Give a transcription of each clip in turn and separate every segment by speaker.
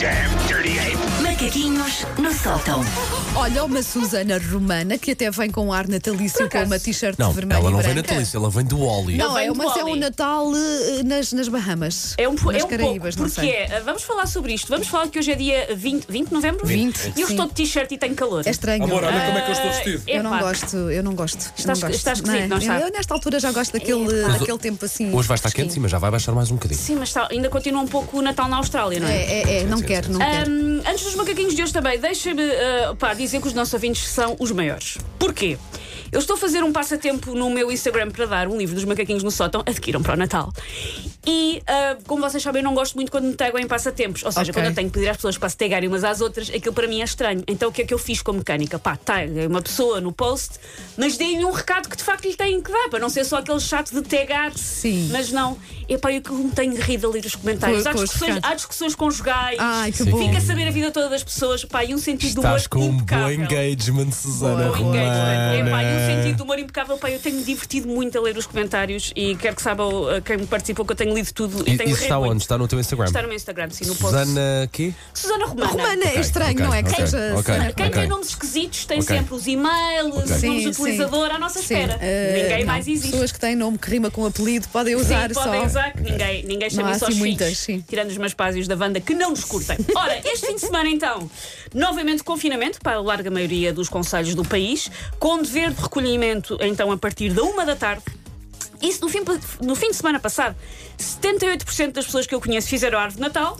Speaker 1: damn dirty ape.
Speaker 2: Macaquinhos no sótão.
Speaker 3: Olha, uma Susana Romana que até vem com um ar natalício com uma t-shirt
Speaker 4: Não,
Speaker 3: vermelha
Speaker 4: ela não
Speaker 3: e
Speaker 4: vem
Speaker 3: branca.
Speaker 4: na Thalissa, ela vem do Oli.
Speaker 3: Não,
Speaker 5: vem
Speaker 3: é,
Speaker 5: do
Speaker 3: mas é um
Speaker 5: Oli.
Speaker 3: Natal eh, nas, nas Bahamas.
Speaker 5: É um, po-
Speaker 3: nas
Speaker 5: é um
Speaker 3: Caraíbas,
Speaker 5: pouco,
Speaker 3: não
Speaker 5: porque
Speaker 3: sei.
Speaker 5: é, vamos falar sobre isto. Vamos falar que hoje é dia 20, 20 de novembro?
Speaker 3: 20,
Speaker 5: E eu
Speaker 3: sim.
Speaker 5: estou de t-shirt e tenho calor.
Speaker 3: É estranho.
Speaker 6: Amor, olha como é que eu estou
Speaker 5: Ah,
Speaker 6: vestido.
Speaker 3: eu não
Speaker 5: epá,
Speaker 3: gosto, eu não gosto. eu
Speaker 5: Estás-
Speaker 3: não gosto.
Speaker 5: estás
Speaker 3: Não é?
Speaker 5: esquisito, não está?
Speaker 3: Eu, eu nesta altura já gosto daquele, daquele tempo assim.
Speaker 4: Hoje vai estar quente, sim, mas já vai baixar mais um bocadinho.
Speaker 5: Sim, mas está- ainda continua um pouco o Natal na Austrália, não é?
Speaker 3: É, é, é, não
Speaker 4: Sim, sim,
Speaker 3: quero, não quero.
Speaker 5: Ahm, antes dos macaquinhos de hoje também, deixem-me ah, pá, dizer que os nossos ouvintes são os maiores. Porquê? Eu estou a fazer um passatempo no meu Instagram para dar um livro dos macaquinhos no sótão, adquiram para o Natal. E, ah, como vocês sabem, eu não gosto muito quando me tagam em passatempos. Ou seja,
Speaker 3: Ok.
Speaker 5: quando eu tenho que pedir às pessoas para se tagarem umas às outras, aquilo para mim é estranho. Então, o que é que eu fiz com a mecânica? Pá, taguei uma pessoa no post, mas deem-lhe um recado que de facto lhe têm que dar, para não ser só aquele chato de tagar.
Speaker 3: Sim.
Speaker 5: Mas não. Epá, eu que me tenho rido a ler os comentários.
Speaker 3: Com-
Speaker 5: Há
Speaker 3: com Ah, os
Speaker 5: discussões,
Speaker 3: recados.
Speaker 5: há discussões conjugais.
Speaker 3: Ai, que
Speaker 4: Sim.
Speaker 3: bom.
Speaker 5: Fica a saber a vida toda das pessoas, pá, e um sentido de humor
Speaker 4: Estás com um bom
Speaker 5: impecável.
Speaker 4: engagement, Susana
Speaker 3: Boa, boa.
Speaker 4: Romana.
Speaker 5: É, pá, e um sentido de humor impecável, pá, eu tenho-me divertido muito a ler os comentários e quero que saibam uh, quem me participou que eu tenho lido tudo e,
Speaker 4: E-
Speaker 5: tenho
Speaker 4: Isso está
Speaker 5: rido muito.
Speaker 4: onde? Está no teu Instagram?
Speaker 5: Está no meu Instagram, sim, no post.
Speaker 4: Susana quê?
Speaker 5: Susana Romana.
Speaker 3: Romana, é
Speaker 4: Ok,
Speaker 3: estranho,
Speaker 4: ok,
Speaker 3: não é? Que
Speaker 4: ok,
Speaker 3: seja.
Speaker 4: ok.
Speaker 3: Susana
Speaker 5: Quem
Speaker 4: Ok.
Speaker 5: tem nomes esquisitos tem
Speaker 4: Ok.
Speaker 5: sempre os e-mails, os
Speaker 3: Sim,
Speaker 5: nomes do
Speaker 3: sim.
Speaker 5: um utilizador à nossa
Speaker 3: Sim,
Speaker 5: espera.
Speaker 3: eh,
Speaker 5: Ninguém
Speaker 3: não.
Speaker 5: mais existe.
Speaker 3: Pessoas que têm nome que rima com um apelido podem usar
Speaker 5: Sim,
Speaker 3: só.
Speaker 5: podem usar, que ninguém, ninguém
Speaker 3: Não
Speaker 5: chama
Speaker 3: há
Speaker 5: isso
Speaker 3: assim
Speaker 5: aos
Speaker 3: muitas,
Speaker 5: filhos,
Speaker 3: sim.
Speaker 5: tirando os meus pais e os da banda que não nos curtem. Ora, este fim de semana então, novamente confinamento para a larga maioria dos conselhos do país, com dever de recolhimento então a partir da uma da tarde. Isso no fim, no fim de semana passado, 78% das pessoas que eu conheço fizeram a árvore de Natal.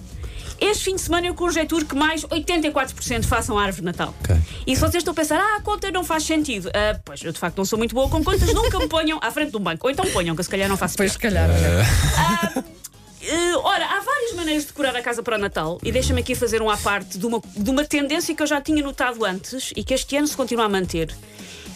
Speaker 5: Este fim de semana eu conjeturo que mais 84% façam a árvore de Natal.
Speaker 4: Ok.
Speaker 5: E se vocês estão a pensar, ah, a conta não faz sentido. Ah, pois, eu de facto não sou muito boa com contas, nunca me ponham à frente de um banco. Ou então ponham, que eu se calhar não faço
Speaker 3: Pois,
Speaker 5: pior.
Speaker 3: se calhar.
Speaker 5: Eh, ora, há várias maneiras de decorar a casa para o Natal e deixa-me aqui fazer um à parte de uma, de uma tendência que eu já tinha notado antes e que este ano se continua a manter.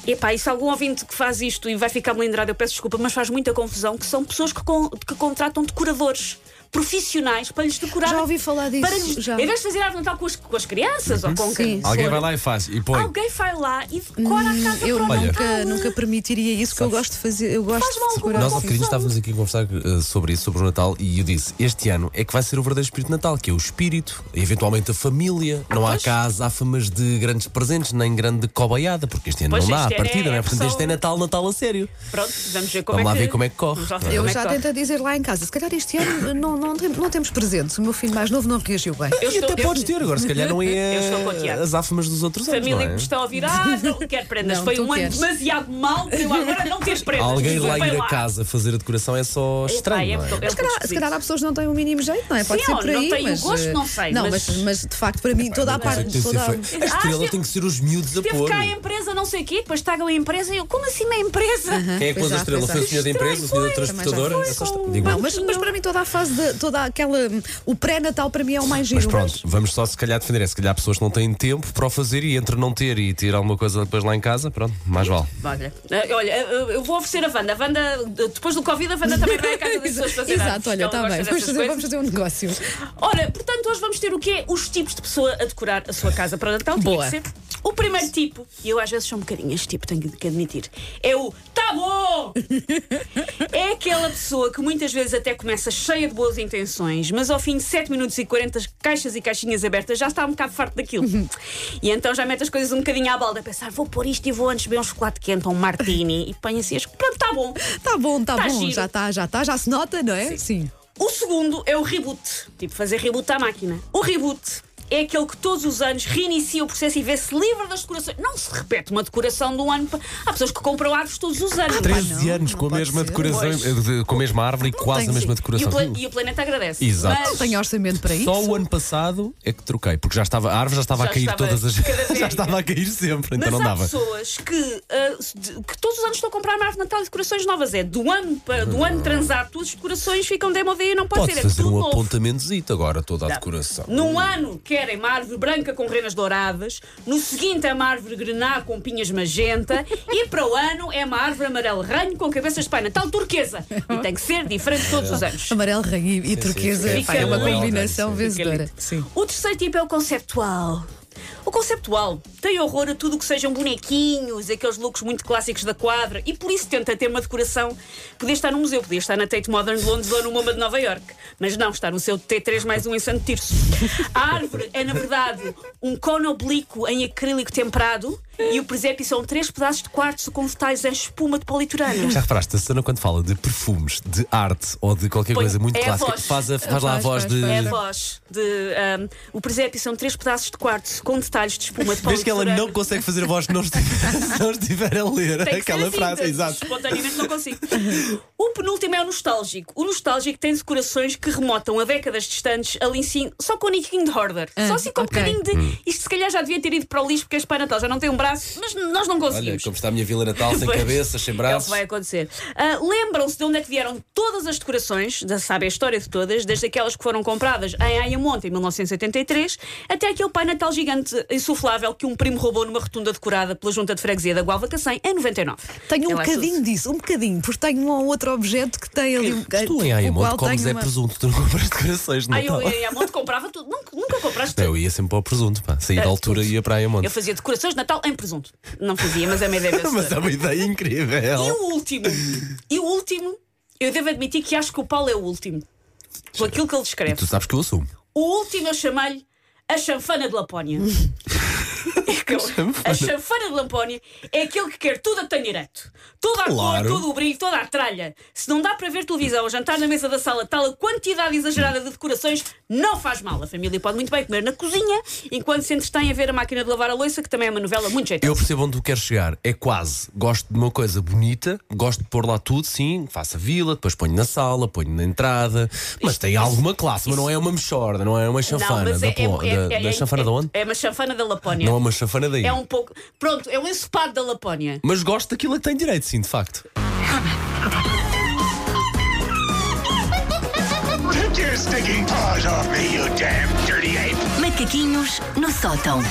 Speaker 5: Epá, e se algum ouvinte que faz isto e vai ficar melindrado, eu peço desculpa, mas faz muita confusão, que são pessoas que, con- que contratam decoradores profissionais para lhes decorar.
Speaker 3: Já ouvi falar disso,
Speaker 5: Para lhes,
Speaker 3: já.
Speaker 5: Em vez de fazer árvore de Natal com as, com as crianças ou com
Speaker 3: Sim.
Speaker 5: quem
Speaker 4: Uhum. Alguém
Speaker 5: for,
Speaker 4: vai lá e faz. E põe.
Speaker 5: Alguém vai lá e decora a casa
Speaker 3: Hum, Eu
Speaker 5: para o Natal.
Speaker 3: nunca, nunca permitiria isso, que eu gosto de fazer. Eu gosto
Speaker 5: Faz mal
Speaker 3: de segurar.
Speaker 4: Nós há
Speaker 5: Sim.
Speaker 4: bocadinho estávamos aqui a conversar eh, sobre isso, sobre o Natal, e eu disse: este ano é que vai ser o verdadeiro espírito de Natal, que é o espírito, eventualmente a família. Não há
Speaker 5: pois.
Speaker 4: casa, há famas de grandes presentes, nem grande cobaiada, porque este ano
Speaker 5: Pois,
Speaker 4: não dá, à
Speaker 5: este ano é-
Speaker 4: partida, não
Speaker 5: é
Speaker 4: é? Portanto,
Speaker 5: só-
Speaker 4: este é Natal, Natal a sério.
Speaker 5: Pronto, vamos ver como
Speaker 4: Vamos lá
Speaker 5: é que
Speaker 4: ver como é que corre.
Speaker 5: Vamos lá ver
Speaker 4: Eu
Speaker 3: Eu
Speaker 5: como é
Speaker 3: já
Speaker 5: que corre.
Speaker 3: tentei dizer lá em casa, se calhar este ano não, não, tem- não temos presentes. O meu filho mais novo não reagiu bem.
Speaker 5: Eu
Speaker 4: E
Speaker 5: estou-
Speaker 4: até
Speaker 5: eu-
Speaker 4: podes ter, agora se calhar não
Speaker 5: Eu estou com o
Speaker 4: é
Speaker 5: Tiago.
Speaker 4: as áfamas dos outros anos,
Speaker 5: família
Speaker 4: não
Speaker 5: que
Speaker 4: é?
Speaker 5: me está a ouvir, ah, não quero prendas.
Speaker 3: Não,
Speaker 5: Foi
Speaker 3: tu
Speaker 5: um ano
Speaker 3: queres.
Speaker 5: demasiado mal para eu agora não ter prendas.
Speaker 4: Alguém lá
Speaker 5: Desculpem
Speaker 4: ir a casa fazer a decoração é só
Speaker 5: Epá,
Speaker 4: estranho, não
Speaker 5: é
Speaker 4: é?
Speaker 5: porque-
Speaker 3: Se calhar, se calhar há pessoas que não têm o mínimo jeito, não é? Pode
Speaker 5: Sim,
Speaker 3: ser
Speaker 5: ou
Speaker 3: por
Speaker 5: não
Speaker 3: aí.
Speaker 5: têm o
Speaker 3: mas,
Speaker 5: gosto,
Speaker 3: eh,
Speaker 5: não sei,
Speaker 3: Não, mas,
Speaker 5: mas-
Speaker 3: mas de facto, para mim, toda a
Speaker 4: Coisa é que
Speaker 3: parte.
Speaker 4: tem que ser
Speaker 3: Toda a...
Speaker 4: feita. A
Speaker 5: Ah,
Speaker 4: estrela
Speaker 5: sim.
Speaker 4: tem que ser os miúdos a
Speaker 5: Teve
Speaker 4: pôr.
Speaker 5: cá a empresa, não sei o quê, depois tagam a empresa e eu, como assim na empresa?
Speaker 4: Quem é que
Speaker 3: Pois
Speaker 4: pôs a
Speaker 3: já,
Speaker 4: estrela?
Speaker 3: pois
Speaker 4: Foi o
Speaker 3: já.
Speaker 4: senhor da empresa, o senhor da
Speaker 5: Estranho,
Speaker 3: foi,
Speaker 4: transportadora?
Speaker 3: também já
Speaker 4: É só
Speaker 5: foi.
Speaker 4: estranho. Digo eu.
Speaker 3: Não, mas, mas para mim toda a fase, de, toda aquela. O pré-natal para mim é o mais giro.
Speaker 4: Mas pronto, vamos só se calhar defender. É se calhar pessoas que não têm tempo para o fazer e entre não ter e ter alguma coisa depois lá em casa, pronto, mais vale.
Speaker 5: Olha, eh, olha, eh, eu vou oferecer a Wanda. A Wanda, de- depois do Covid, a Wanda também vai à casa das pessoas fazer artes,
Speaker 3: Exato, olha,
Speaker 5: ela
Speaker 3: está
Speaker 5: gosta
Speaker 3: bem.
Speaker 5: dessas
Speaker 3: Vamos fazer,
Speaker 5: coisas.
Speaker 3: vamos fazer um negócio.
Speaker 5: Ora, portanto, hoje vamos ter o quê? Os tipos de pessoa a decorar a sua casa para o Natal. Tinha
Speaker 3: Boa.
Speaker 5: que ser. O primeiro tipo, e eu às vezes sou um bocadinho este tipo, tenho que admitir, é o tá bom! é aquela pessoa que muitas vezes até começa cheia de boas intenções, mas ao fim de 7 minutos e 40 caixas e caixinhas abertas já está um bocado farto daquilo. e então já mete as coisas um bocadinho à balda, a pensar, vou pôr isto e vou antes beber um chocolate quente ou um martini e põe assim, as- pronto, tá bom.
Speaker 3: Está bom, está
Speaker 5: Tá
Speaker 3: bom.
Speaker 5: giro.
Speaker 3: Já está, já está, já se nota, não é? Sim.
Speaker 5: O segundo é o reboot. Tipo, fazer reboot à máquina. O reboot é aquele que todos os anos reinicia o processo e vê-se livre das decorações. Não se repete uma decoração de um ano. para- Há pessoas que compram árvores todos os anos.
Speaker 3: Ah,
Speaker 4: 13
Speaker 3: não,
Speaker 4: anos
Speaker 3: não
Speaker 4: com a
Speaker 3: pode
Speaker 4: mesma
Speaker 3: ser.
Speaker 4: decoração,
Speaker 5: Pois.
Speaker 4: eh, de- com a mesma árvore e quase a
Speaker 3: tem,
Speaker 4: mesma
Speaker 3: sim.
Speaker 5: E o,
Speaker 4: decoração.
Speaker 5: pla- e o planeta agradece.
Speaker 4: Exato.
Speaker 5: Mas-
Speaker 3: Não tenho orçamento para isso.
Speaker 4: Só um o ano passado é que troquei, porque já estava, a árvore já estava
Speaker 5: Já
Speaker 4: a cair
Speaker 5: estava
Speaker 4: todas as.
Speaker 5: cada vez.
Speaker 4: já estava a cair sempre, então
Speaker 5: Mas
Speaker 4: não
Speaker 5: há
Speaker 4: dava.
Speaker 5: pessoas que, ah, se- de- que todos os anos estão a comprar uma árvore de Natal e decorações novas. É do ano para do ano transado, as decorações ficam demo e não pode,
Speaker 4: Uhum. Pode
Speaker 5: ser. É
Speaker 4: fazer
Speaker 5: tudo
Speaker 4: um
Speaker 5: novo.
Speaker 4: apontamentozito agora, toda a decoração.
Speaker 5: Num ano querem uma árvore branca com renas douradas, no seguinte é uma árvore grená com pinhas magenta e para o ano é uma árvore amarelo ranho com cabeças de pai natal turquesa. E tem que ser diferente todos os anos.
Speaker 3: Amarelo, rainha e turquesa.
Speaker 4: sim.
Speaker 3: pá, É uma
Speaker 5: Fica lindo.
Speaker 4: né?
Speaker 3: combinação
Speaker 4: Fica
Speaker 3: vencedora.
Speaker 5: lindo.
Speaker 3: Sim.
Speaker 5: O terceiro tipo é o conceptual. O conceptual tem horror a tudo o que sejam bonequinhos, aqueles looks muito clássicos da quadra e por isso tenta ter uma decoração. Podia estar num museu, podia estar na Tate Modern de Londres ou no MoMA de Nova York, mas não, está no seu T3 mais um em Santo Tirso. A árvore é, na verdade, um cone oblíquo em acrílico temperado e o presépio são três pedaços de quartzo com detalhes em espuma de politurano.
Speaker 4: Já reparaste, a Susana, quando fala de perfumes, de arte ou de qualquer
Speaker 5: Põe-
Speaker 4: coisa muito
Speaker 5: é a
Speaker 4: clássica,
Speaker 5: voz.
Speaker 4: faz, a- faz lá a
Speaker 3: Faz,
Speaker 4: voz
Speaker 3: faz,
Speaker 4: de.
Speaker 5: É a voz de. ahm, o presépio são três pedaços de quartzo com detalhes de espuma de
Speaker 4: Vês que ela
Speaker 5: poliuretano.
Speaker 4: não consegue fazer a voz que não estiver, se não estiver a ler
Speaker 5: Tem que
Speaker 4: aquela
Speaker 5: ser assim,
Speaker 4: frase.
Speaker 5: de-
Speaker 4: Exato.
Speaker 5: Espontaneamente não consigo. O penúltimo é o nostálgico. O nostálgico tem decorações que remotam a décadas distantes ali em cima, só com o niquinho de Horder.
Speaker 3: Ah,
Speaker 5: só assim com
Speaker 3: ok.
Speaker 5: um bocadinho
Speaker 4: Hum.
Speaker 5: de. Isto se calhar já devia ter ido para o lixo porque este Pai Natal já não tem um braço, mas nós não
Speaker 4: Olha,
Speaker 5: conseguimos.
Speaker 4: como está a minha Vila Natal, sem
Speaker 5: Pois,
Speaker 4: cabeças, sem
Speaker 5: É o
Speaker 4: braços.
Speaker 5: que vai acontecer. Ah, Lembram-se de onde é que vieram todas as decorações, já sabem a história de todas, desde aquelas que foram compradas em Ayamonte em 1983, até aquele Pai Natal gigante insuflável que um primo roubou numa rotunda decorada pela junta de freguesia da Gualva Cacém em 99.
Speaker 3: Tenho um
Speaker 5: Ela é Suzy.
Speaker 3: bocadinho disso, um bocadinho, porque tenho um ou outro objeto que tem ali um
Speaker 4: Mas tu em
Speaker 3: o qual
Speaker 4: Ayamonte comes
Speaker 3: tenho
Speaker 4: é
Speaker 3: uma-
Speaker 4: presunto, tu não compras decorações de
Speaker 5: Ah, eu
Speaker 4: Natal.
Speaker 5: em Ayamonte comprava tudo. Nunca, nunca compraste
Speaker 4: Não, eu
Speaker 5: tudo.
Speaker 4: ia sempre para o presunto, pá. Saí da
Speaker 5: Ah,
Speaker 4: altura e ia para Ayamonte.
Speaker 5: Eu fazia decorações de Natal em presunto. Não fazia, mas é uma ideia vencedora.
Speaker 4: Mas é uma ideia
Speaker 5: E
Speaker 4: incrível.
Speaker 5: o último? E o último? Eu devo admitir que acho que o Paulo é o último. Com aquilo que ele descreve.
Speaker 4: Tu sabes que eu assumo.
Speaker 5: O último eu chamei-lhe a chanfana de Lapónia. É a chanfana de Lapónia é aquele que quer tudo a que tem direito. Toda a
Speaker 4: Claro.
Speaker 5: cor, todo o brilho, toda a tralha. Se não dá para ver televisão ou jantar na mesa da sala, tal a quantidade exagerada de decorações não faz mal. A família pode muito bem comer na cozinha enquanto se entretém a ver a máquina de lavar a louça, que também é uma novela muito
Speaker 4: Eu
Speaker 5: jeitosa.
Speaker 4: percebo onde tu queres chegar. É quase. Gosto de uma coisa bonita, gosto de pôr lá tudo, sim. Faço a vila, depois ponho na sala, ponho na entrada. Mas tem alguma classe, mas não é uma mexorda, não é uma chanfana. da polo- da- da chanfana de onde?
Speaker 5: é uma chanfana da Lapónia.
Speaker 4: Não é uma chanfana daí.
Speaker 5: É um pouco. Pronto, é um ensopado da Lapónia.
Speaker 4: Mas gosto daquilo a que tem direito, sim, de facto.
Speaker 1: Take your stinking paws off me, you damn dirty ape!
Speaker 2: Macaquinhos no sótão.